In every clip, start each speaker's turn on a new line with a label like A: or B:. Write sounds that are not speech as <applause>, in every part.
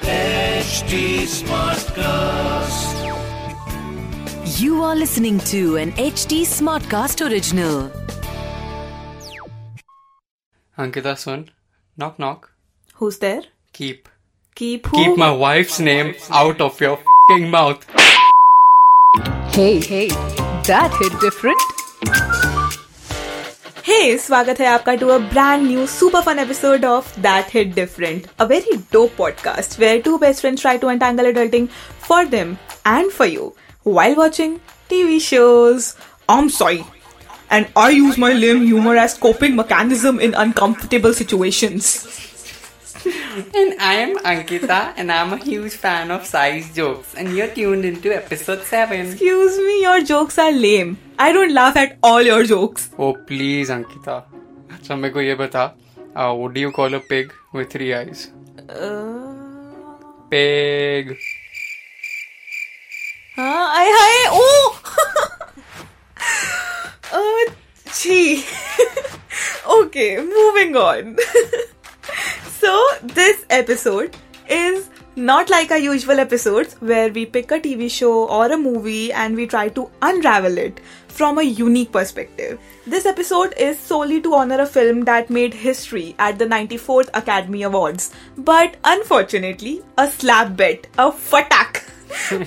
A: HD Smartcast.
B: You are listening to an HD Smartcast original.
C: Ankita Sun, knock knock,
D: Who's there?
C: keep.
D: Keep who?
C: Keep my wife's name out of your fing mouth.
B: Hey, hey, that hit different.
D: hey, स्वागत है आपका to a brand new super fun episode of That Hit Different, a very dope podcast where two best friends try to entangle adulting for them and for you while watching TV shows. I'm sorry. And I use my lame humor as coping mechanism in uncomfortable situations.
C: And I'm Ankita, and I'm a huge fan of size jokes. And you're tuned into episode 7.
D: Excuse me, your jokes are lame. I don't laugh at all your jokes.
C: Oh, please, Ankita. अच्छा मेरे को ये बता would do you call a pig with three Eyes. Pig.
D: Huh? Ay, hi. Oh! <laughs> Gee. <laughs> Okay, moving on. <laughs> So, this episode is not like our usual episodes where we pick a TV show or a movie and we try to unravel it from a unique perspective. This episode is solely to honor a film that made history at the 94th Academy Awards. But unfortunately, a slap bet, a fatak,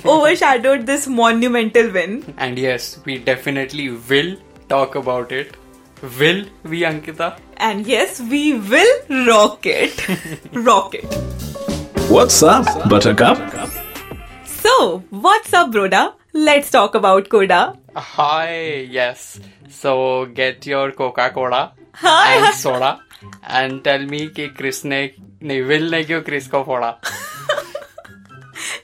D: overshadowed this monumental win.
C: And yes we definitely will talk about it will we Ankita
D: And yes, we will rock it. rock it.
A: What's up, Buttercup?
D: So, what's up, Broda? Let's talk about Koda.
C: Hi, yes. So get your Coca Cola
D: Hi.
C: and soda and tell me कि Chris ने नहीं will ने क्यों Chris को फोड़ा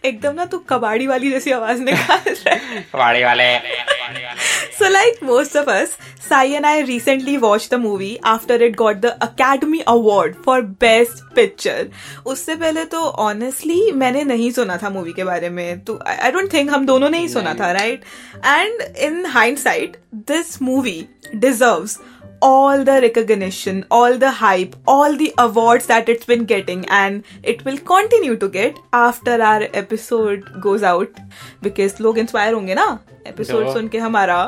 D: एकदम ना तू कबाड़ी वाली जैसी आवाज निकाल रहा है
C: वाड़ी वाले
D: So, like most of us, Sai and I recently watched the movie after it got the Academy Award for Best Picture. उससे पहले तो honestly मैंने नहीं सुना था मूवी के बारे में तो I I don't think हम दोनों ने ही सुना था right? And in hindsight, this movie deserves all the recognition, all the hype, all the awards that it's been getting, and it will continue to get after our episode goes out because लोग inspire होंगे ना episode
C: Yeah.
D: सुन के हमारा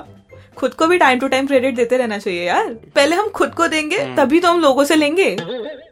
D: खुद को भी time to time credit देते रहना चाहिए यार पहले हम खुद को देंगे तभी तो हम लोगों से लेंगे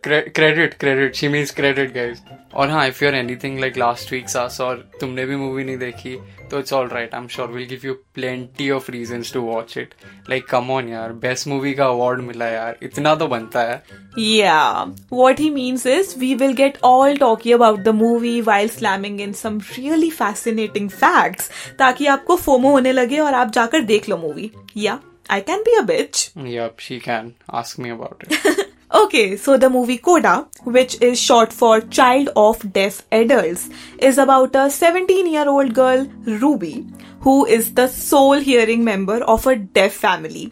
C: credit credit she means credit guys और हाँ if you are anything like last weeks आस और तुमने भी मूवी नहीं देखी तो it's all right I am sure will give you plenty of reasons to watch it like come on यार best movie का अवार्ड मिला यार इतना तो बनता है
D: Yeah. What he means is we will get all talky about the movie while slamming in some really fascinating facts ताकि आपको फोमो होने लगे और आप जाकर देख लो मूवी या I can be a bitch
C: yup she can ask me about it
D: Okay, so the movie Coda, which is short for Child of Deaf Adults, is about a 17 year old girl, Ruby, who is the sole hearing member of a deaf family.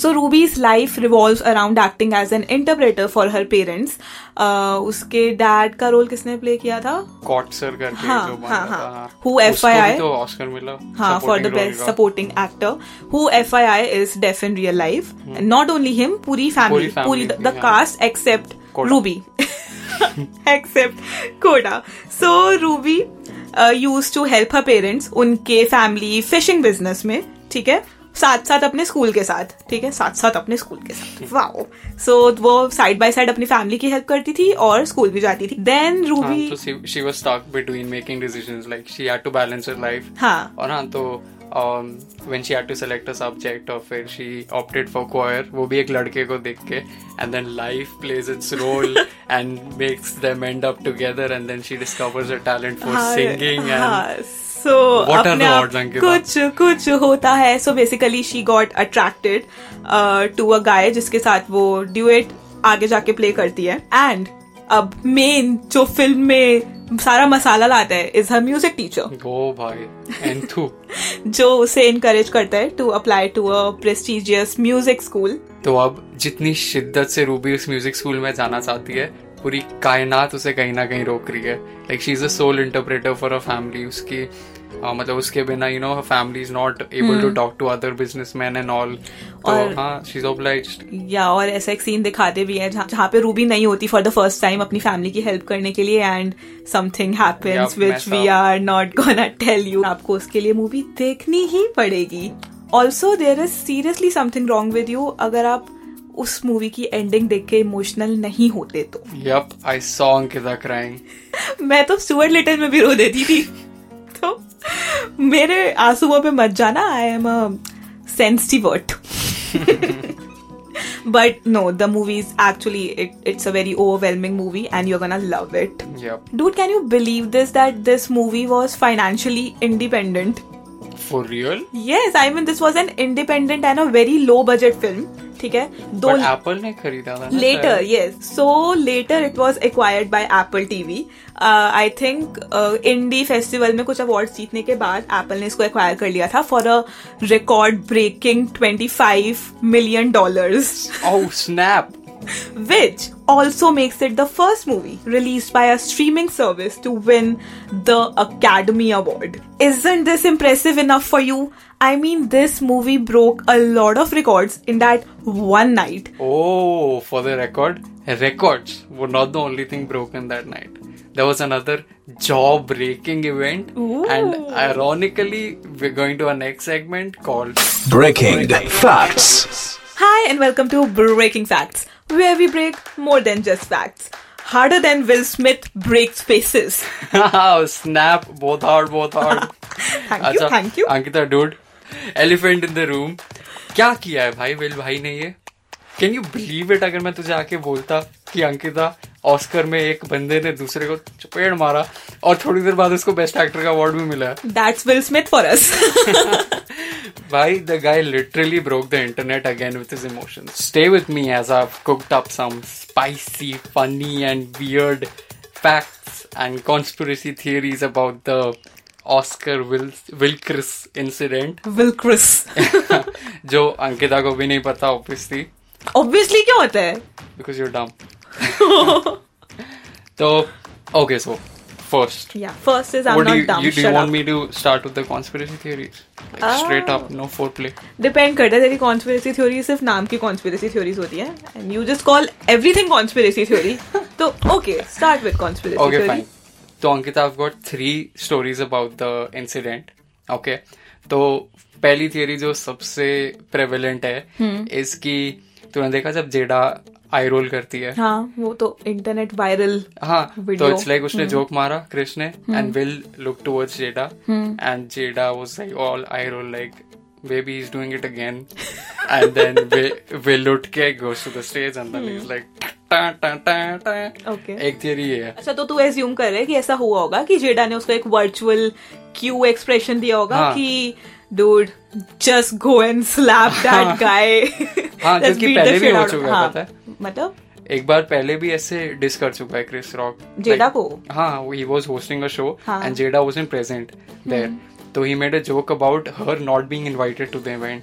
D: So Ruby's life revolves around acting as an interpreter for her parents. Uh, उसके dad का role किसने play किया था?
C: Cot sir करके
D: हाँ,
C: जो बंदा
D: हाँ,
C: था,
D: हाँ.
C: हाँ.
D: Who
C: उसको
D: FYI?
C: भी तो ऑस्कर मिला
D: हाँ for the
C: supporting role
D: best
C: का.
D: Supporting actor who F I I is deaf in real life not only him पूरी
C: पूरी
D: फैमिली
C: Hmm. family
D: पूरी
C: थी,
D: द
C: हाँ।
D: Cast except
C: Koda.
D: <laughs> Ruby except Coda so Ruby used to help her parents उनके family fishing business में ठीक है साथ साथ अपने स्कूल के साथ ठीक है साथ साथ अपने स्कूल के साथ वाओ सो वो साइड बाय साइड अपनी फैमिली की हेल्प करती थी और स्कूल भी जाती थी देन
C: हाँ,
D: रूबी
C: तो she- she was stuck between making decisions, like she had to balance her life.
D: हाँ
C: और हाँ, तो, um, when she had to select a subject, और फिर she opted for choir, वो भी एक लड़के को देख के, and then life plays
D: <laughs>
C: its role and makes them end up together, and then she discovers her talent for
D: हाँ,
C: singing and-
D: हाँ, so
C: What are
D: अपने
C: the
D: आप
C: odds, अंकिता?
D: कुछ कुछ होता है so basically she got attracted to a guy जिसके साथ वो ड्यूएट आगे जाके प्ले करती है एंड अब मेन जो फिल्म में सारा मसाला लाता है इज हर म्यूजिक टीचर
C: ओ भाई, and थू। Hmm.
D: जो उसे इनकरेज करता है to apply to a prestigious music school
C: तो अब जितनी शिद्दत से रूबी उस म्यूजिक स्कूल में जाना चाहती है पूरी कायनात उसे कहीं ना कहीं रोक रही है like she is a sole interpreter for a family उसकी uh, मतलब उसके बिना you know family is not able to talk to other businessman and all तो
D: Hmm. और-
C: हाँ शी इज ऑब्लाइज्ड
D: या और ऐसा एक सीन दिखाते भी हैं जहाँ जहाँ पे रूबी नहीं होती फॉर द फर्स्ट टाइम अपनी फैमिली की हेल्प करने के लिए and something happens
C: Yup,
D: which
C: mess
D: we
C: up.
D: Are not gonna <laughs> tell you आपको उसके लिए मूवी देखनी ही पड़ेगी also there is seriously something wrong with you अगर आप उस मूवी की एंडिंग देख के इमोशनल नहीं होते तो
C: yup I saw Ankita crying
D: मैं तो स्टुअर्ट लिटिल में भी रो देती थी तो मेरे आंसुओं पे मत जाना I am a sensitive heart but no the movie is actually it's a very overwhelming movie and you gonna love it
C: yup
D: dude can you believe this that this movie was financially independent
C: for real
D: yes i mean this was an independent and a very low budget film ठीक है though
C: but Apple ने खरीदा था ना
D: later
C: शायद।
D: yes so later it was acquired by apple tv uh, i think uh, indie festival में कुछ awards जीतने के बाद apple ने इसको acquire कर लिया था for a record breaking 25 million dollars <laughs>
C: Oh snap!
D: which also makes it the first movie released by a streaming service to win the academy award isn't this impressive enough for you i mean this movie broke a lot of records in that one night
C: Oh, for the record, records were not the only thing broken that night. There was another jaw-breaking event, and ironically, we're going to our next segment called <laughs>
A: Breaking facts.
D: Hi, and welcome to Breaking Facts, where we break more than just facts. Harder than Will Smith breaks faces.
C: Snap. Both hard, both hard.
D: <laughs> Thank you, thank you.
C: Ankita, dude, elephant in the room. क्या किया है भाई Will भाई ने ये can you believe it अगर मैं तुझे आके बोलता कि अंकिता ऑस्कर में एक बंदे ने दूसरे को चपेट मारा और थोड़ी देर बाद उसको बेस्ट एक्टर का अवार्ड भी मिला है
D: That's Will Smith for
C: <laughs>
D: us.
C: Why the guy literally broke the internet again with his emotions. Stay with me as I've cooked up some spicy, funny, and weird facts and conspiracy theories about the Oscar Wil- Wilkris incident. <laughs>
D: Will Chris.
C: जो अंकिता को भी नहीं पता obviously
D: Obviously, क्या होता है?
C: because you're dumb. <laughs> so okay, so first,
D: Yeah, first is I'm
C: what
D: not
C: do you,
D: dumb.
C: you do you
D: shut
C: want
D: up.
C: me to start with the conspiracy theories? Like straight
D: Ah.
C: up, no foreplay.
D: Depend करता है तेरी conspiracy theory सिर्फ नाम की conspiracy theories होती है and you just call everything conspiracy theory.
C: <laughs>
D: तो okay, start with conspiracy
C: Okay,
D: theory.
C: fine. तो Ankita I've got three stories about the incident. Okay. तो पहली थियरी जो सबसे प्रेवलेंट है
D: हम्म।
C: इसकी तूने देखा जब जेडा आई रोल करती है
D: हाँ, वो तो internet viral.
C: हाँ तो
D: Video. हम्म।
C: इट्स लाइक उसने जोक मारा कृष्ण ने and Will look towards Jada
D: hmm.
C: And Jada was like all eye roll like baby is doing it again and then Will Will उठ के goes to the stage and then he's like ta ta ta ta
D: hmm. Okay.
C: एक theory ये है
D: अच्छा तो तू assume कर रहे है कि ऐसा हुआ होगा कि जेडा ने उसको एक वर्चुअल क्यू एक्सप्रेशन दिया होगा
C: हाँ।
D: कि dude just go and slap that guy
C: हाँ, क्योंकि पहले भी हो चुका है, पता है?
D: मतलब
C: एक बार पहले भी ऐसे डिस कर चुका है क्रिस रॉक
D: जेडा को?
C: हाँ he was hosting a show
D: हाँ। हम्म।
C: And Jada was in present there तो he made a joke about her not being invited to the event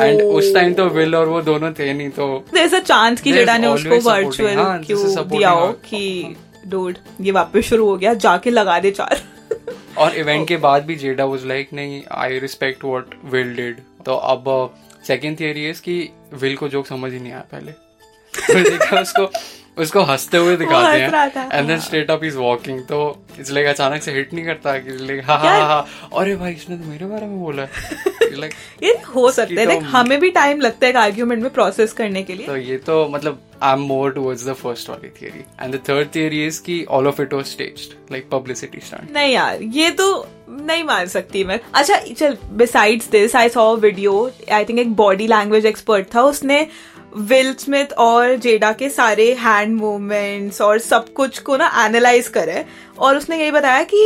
C: and उस टाइम तो विल और वो दोनों थे नहीं तो
D: देयर इज अ चांस कि
C: There's
D: जेडा ने उसको
C: always supporting. हाँ,
D: virtual
C: this
D: Q
C: is supporting हाँ।
D: दिया हो
C: her.
D: कि डूड ये वापस शुरू हो गया जाके लगा दे चार <laughs>
C: और इवेंट के बाद भी जेडा वाज लाइक नहीं I respect what Will did तो अब सेकंड थियरी इज कि विल को जोक समझ ही नहीं आया पहले तो देखा उसको उसको हंसते हुए दिखाते
D: हंस रहा था,
C: हैं एंड देन
D: हाँ।
C: स्ट्रेट अप इज वॉकिंग तो इट्स लाइक अचानक से हिट नहीं करता कि लाइक हाँ
D: यार-
C: हाँ हाँ अरे भाई इसने तो मेरे बारे में बोला है लाइक
D: <laughs> ये हो सकता है
C: तो-
D: like, हमें भी टाइम लगता है एक आर्ग्यूमेंट में प्रोसेस करने के लिए
C: तो ये तो मतलब I am more towards the first वाली theory and the third theory is कि all of it was staged like publicity stunt
D: नहीं यार ये तो नहीं मान सकती मैं अच्छा चल besides this I saw video I think एक बॉडी लैंग्वेज एक्सपर्ट था उसने विल स्मिथ और जेडा के सारे हैंड मूवमेंट्स और सब कुछ को ना एनालाइज करे और उसने यही बताया कि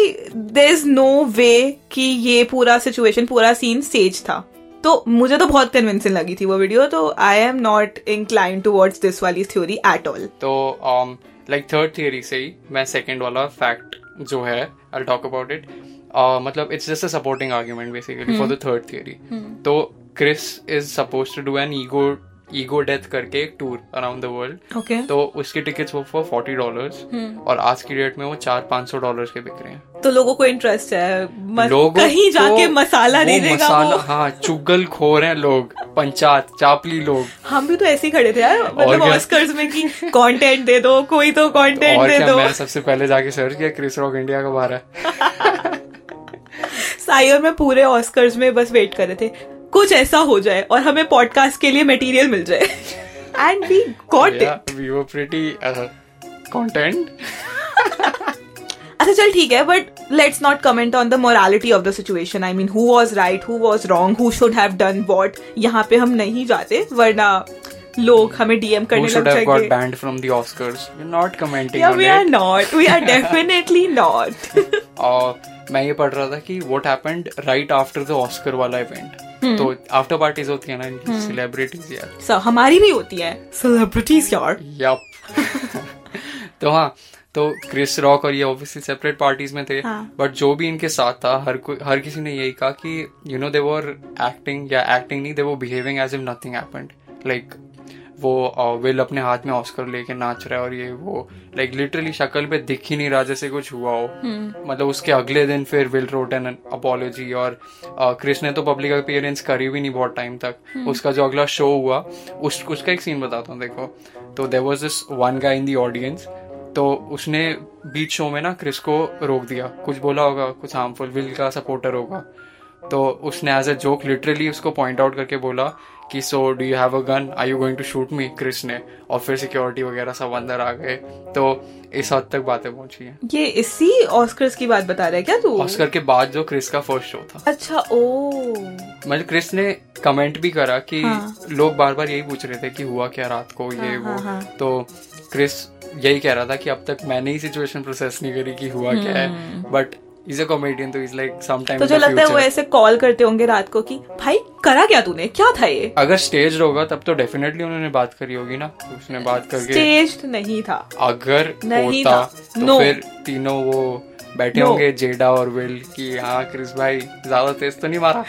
D: देर इज नो वे कि ये पूरा सिचुएशन पूरा सीन स्टेज था तो मुझे तो बहुत कन्विंसिंग लगी थी वो वीडियो तो I am not incline towards this वाली थ्योरी एट ऑल
C: तो लाइक थर्ड थियरी से ही मैं सेकंड वाला फैक्ट जो है आई टॉक अबाउट इट मतलब it's just a
D: Hmm.
C: Supporting argument basically for the third theory तो Chris is suppose to do an ego ego death करके एक tour around the world
D: okay
C: तो उसकी tickets वो for forty dollars
D: Hmm.
C: और आज की डेट में वो चार पाँच सौ डॉलर के बिक रहे हैं
D: तो लोगों को इंटरेस्ट है मस-
C: लोगों
D: कहीं
C: को
D: जाके
C: वो
D: मसाला नहीं देगा
C: मसाला
D: वो
C: हाँ चुगल खो रहे हैं लोग पंचायत चापली लोग
D: हम भी तो ऐसे ही खड़े थे यार मतलब
C: क्या?
D: ऑस्कर्स में कि कंटेंट दे दो कोई तो कंटेंट
C: और
D: दे
C: क्या
D: दो
C: मैं सबसे पहले जाके सर्च किया क्रिस रॉक इंडिया का बारह
D: साई और मैं पूरे ऑस्कर्स में बस वेट कर रहे थे कुछ ऐसा हो जाए और हमें पॉडकास्ट के लिए मटेरियल मिल जाए <laughs> and we got it
C: we were pretty uh, content
D: अच्छा चल ठीक है but let's not comment on the morality of the situation I mean who was right who was wrong who should have done what यहाँ पे हम नहीं जाते वरना लोग हमें डीएम
C: who
D: करने
C: should
D: लग
C: have got
D: जाएंगे
C: banned from the Oscars. We're not commenting
D: या
C: on
D: we are
C: it.
D: Not we
C: <laughs>
D: are definitely not
C: और Uh, मैं ये पढ़ रहा था कि what happened right after the Oscar वाला इवेंट तो आफ्टर पार्टीज होती है ना इनकी सेलिब्रिटीज यार
D: सर हमारी भी होती है सेलिब्रिटीज यार
C: यप <laughs> तो हाँ तो क्रिस रॉक और ये ऑब्वियसली सेपरेट पार्टीज में थे
D: हाँ।
C: बट जो भी इनके साथ था हर कोई हर किसी ने यही कहा कि you know they were acting या एक्टिंग नहीं दे वो behaving as if nothing happened like वो विल अपने हाथ में ऑस्कर लेके नाच रहा है और ये वो लाइक लिटरली शक्ल पे दिख ही नहीं रहा जैसे कुछ हुआ हो मतलब उसके अगले दिन फिर विल रोट एन अपोलॉजी और क्रिस ने तो पब्लिक अपीयरेंस करी भी नहीं बहुत टाइम तक उसका जो अगला शो हुआ उस उसका एक सीन बताता हूँ देखो तो there was this one guy in the audience तो उसने बीच शो में ना क्रिस को रोक दिया कुछ बोला होगा कुछ हार्मफुल विल का सपोर्टर होगा तो उसने एज अ जोक लिटरली उसको पॉइंट आउट करके बोला कि so do you have a gun I you going to shoot me Chris ने और फिर सिक्योरिटी वगैरह सब अंदर आ गए तो इस हद तक बातें पहुंची हैं
D: ये इसी ऑस्कर्स की बात बता रहा है क्या तू
C: ऑस्कर के बाद जो क्रिस का फर्स्ट शो था
D: अच्छा ओ
C: मतलब क्रिस ने कमेंट भी करा कि
D: हाँ।
C: लोग बार बार यही पूछ रहे थे कि हुआ क्या रात को ये
D: हाँ,
C: वो
D: हाँ, हाँ।
C: तो क्रिस यही कह रहा था कि अब तक मैंने ही सिचुएशन प्रोसेस नहीं करी कि हुआ क्या है बट इज अ कॉमेडियन तो इज लाइक सम
D: हम्म। तो जो लगता है वो ऐसे कॉल करते होंगे रात को कि भाई करा क्या तूने क्या था ये
C: अगर स्टेज होगा तब तो डेफिनेटली उन्होंने बात करी होगी ना उसने बात करके
D: स्टेज नहीं था
C: अगर
D: नहीं
C: होता
D: था।
C: तो
D: No.
C: फिर तीनों वो बैठे
D: No.
C: होंगे जेडा और विल कि हाँ क्रिस भाई ज्यादा तेज तो नहीं मारा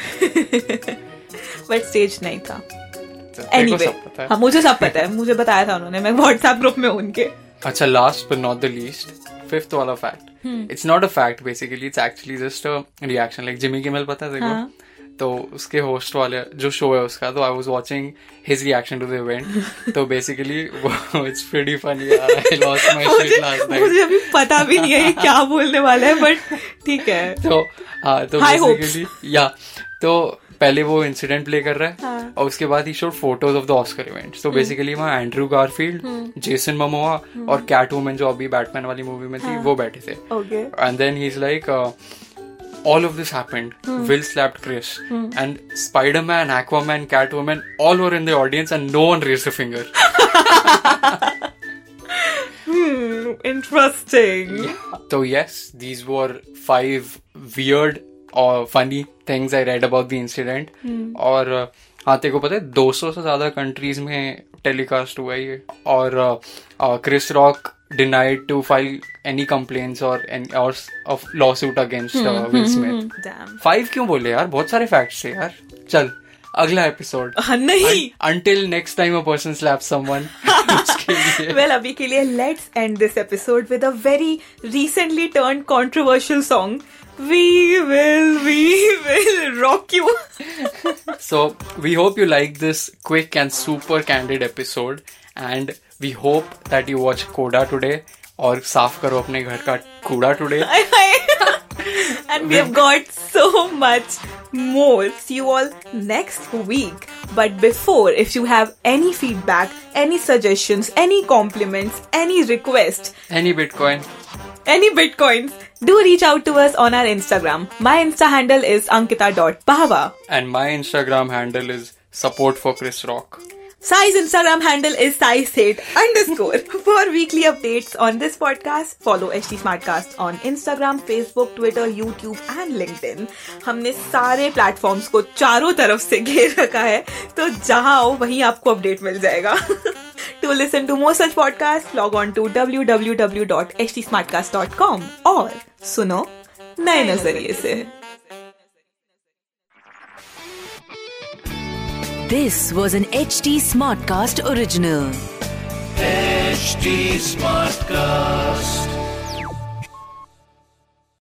D: बट स्टेज नहीं था
C: तो तेरे को
D: एनीवे
C: सब पता है
D: हाँ मुझे सब पता है मुझे बताया था उन्होंने मैं व्हाट्सएप ग्रुप में हूँ उनके
C: अच्छा last but not the least fifth वाला fact
D: Hmm.
C: it's not a fact basically it's actually just a reaction like Jimmy Kimmel पता है
D: हाँ।
C: देखो तो उसके होस्ट वाले जो शो है उसका तो I was watching his reaction to the
D: <laughs>
C: event तो basically <laughs> it's pretty funny I lost my
D: मुझे
C: शिट लास्ट
D: मुझे
C: नाइट
D: अभी पता भी नहीं है ये क्या बोलने वाला है बट
C: <laughs>
D: ठीक है
C: तो हाँ तो
D: High hopes.
C: बेसिकली या तो पहले वो इंसिडेंट प्ले कर रहा है
D: हाँ। हम्म.
C: और उसके बाद ही showed photos of the Oscar event तो बेसिकली वहाँ एंड्रू गारफील्ड जेसन ममोआ और कैट वुमन जो अभी बैटमैन वाली मूवी में
D: हाँ.
C: थी वो बैठे थे
D: okay
C: And then he's like, uh, all of this happened.
D: Hmm.
C: Will slapped Chris. And Spider Man, Aquaman, Catwoman, all were in the audience and no one raised a finger.
D: Interesting
C: so, yes, these were five weird or funny things I read about the incident. और uh, हाँ तेरे को पता है 200 से ज़्यादा countries में telecast हुआ है ये और uh, Chris Rock denied to file any complaints और और of lawsuit against Will Smith
D: damn
C: five क्यों बोले यार बहुत सारे फैक्ट्स थे यार चल अगला एपिसोड
D: नहीं
C: until next time a person slap someone उसके
D: <laughs>
C: लिए
D: वेल अभी के लिए let's end this episode with a very recently turn controversial song we will we will rock you
C: so we hope you like this quick and super candid episode and we hope that you watch कोडा today और साफ करो अपने घर का कूड़ा today
D: <laughs> and we have got so much more. See you all next week. But before, if you have any feedback, any suggestions, any compliments, any requests,
C: any bitcoin
D: any bitcoins, do reach out to us on our Instagram. My Insta handle is ankita.bhava.
C: And my Instagram handle is support for Chris Rock
D: Sai's Instagram handle is saisate underscore. <laughs> For weekly updates on this podcast, follow HD Smartcast on Instagram, Facebook, Twitter, YouTube and LinkedIn. हमने सारे platforms को चारों तरफ से घेर रखा है तो जहां आओ वहीं आपको अपडेट मिल जाएगा <laughs> To listen to more such podcasts, log on to www.htsmartcast.com और सुनो नए नजरिए से
B: This was an HD Smartcast original.
A: HD Smartcast.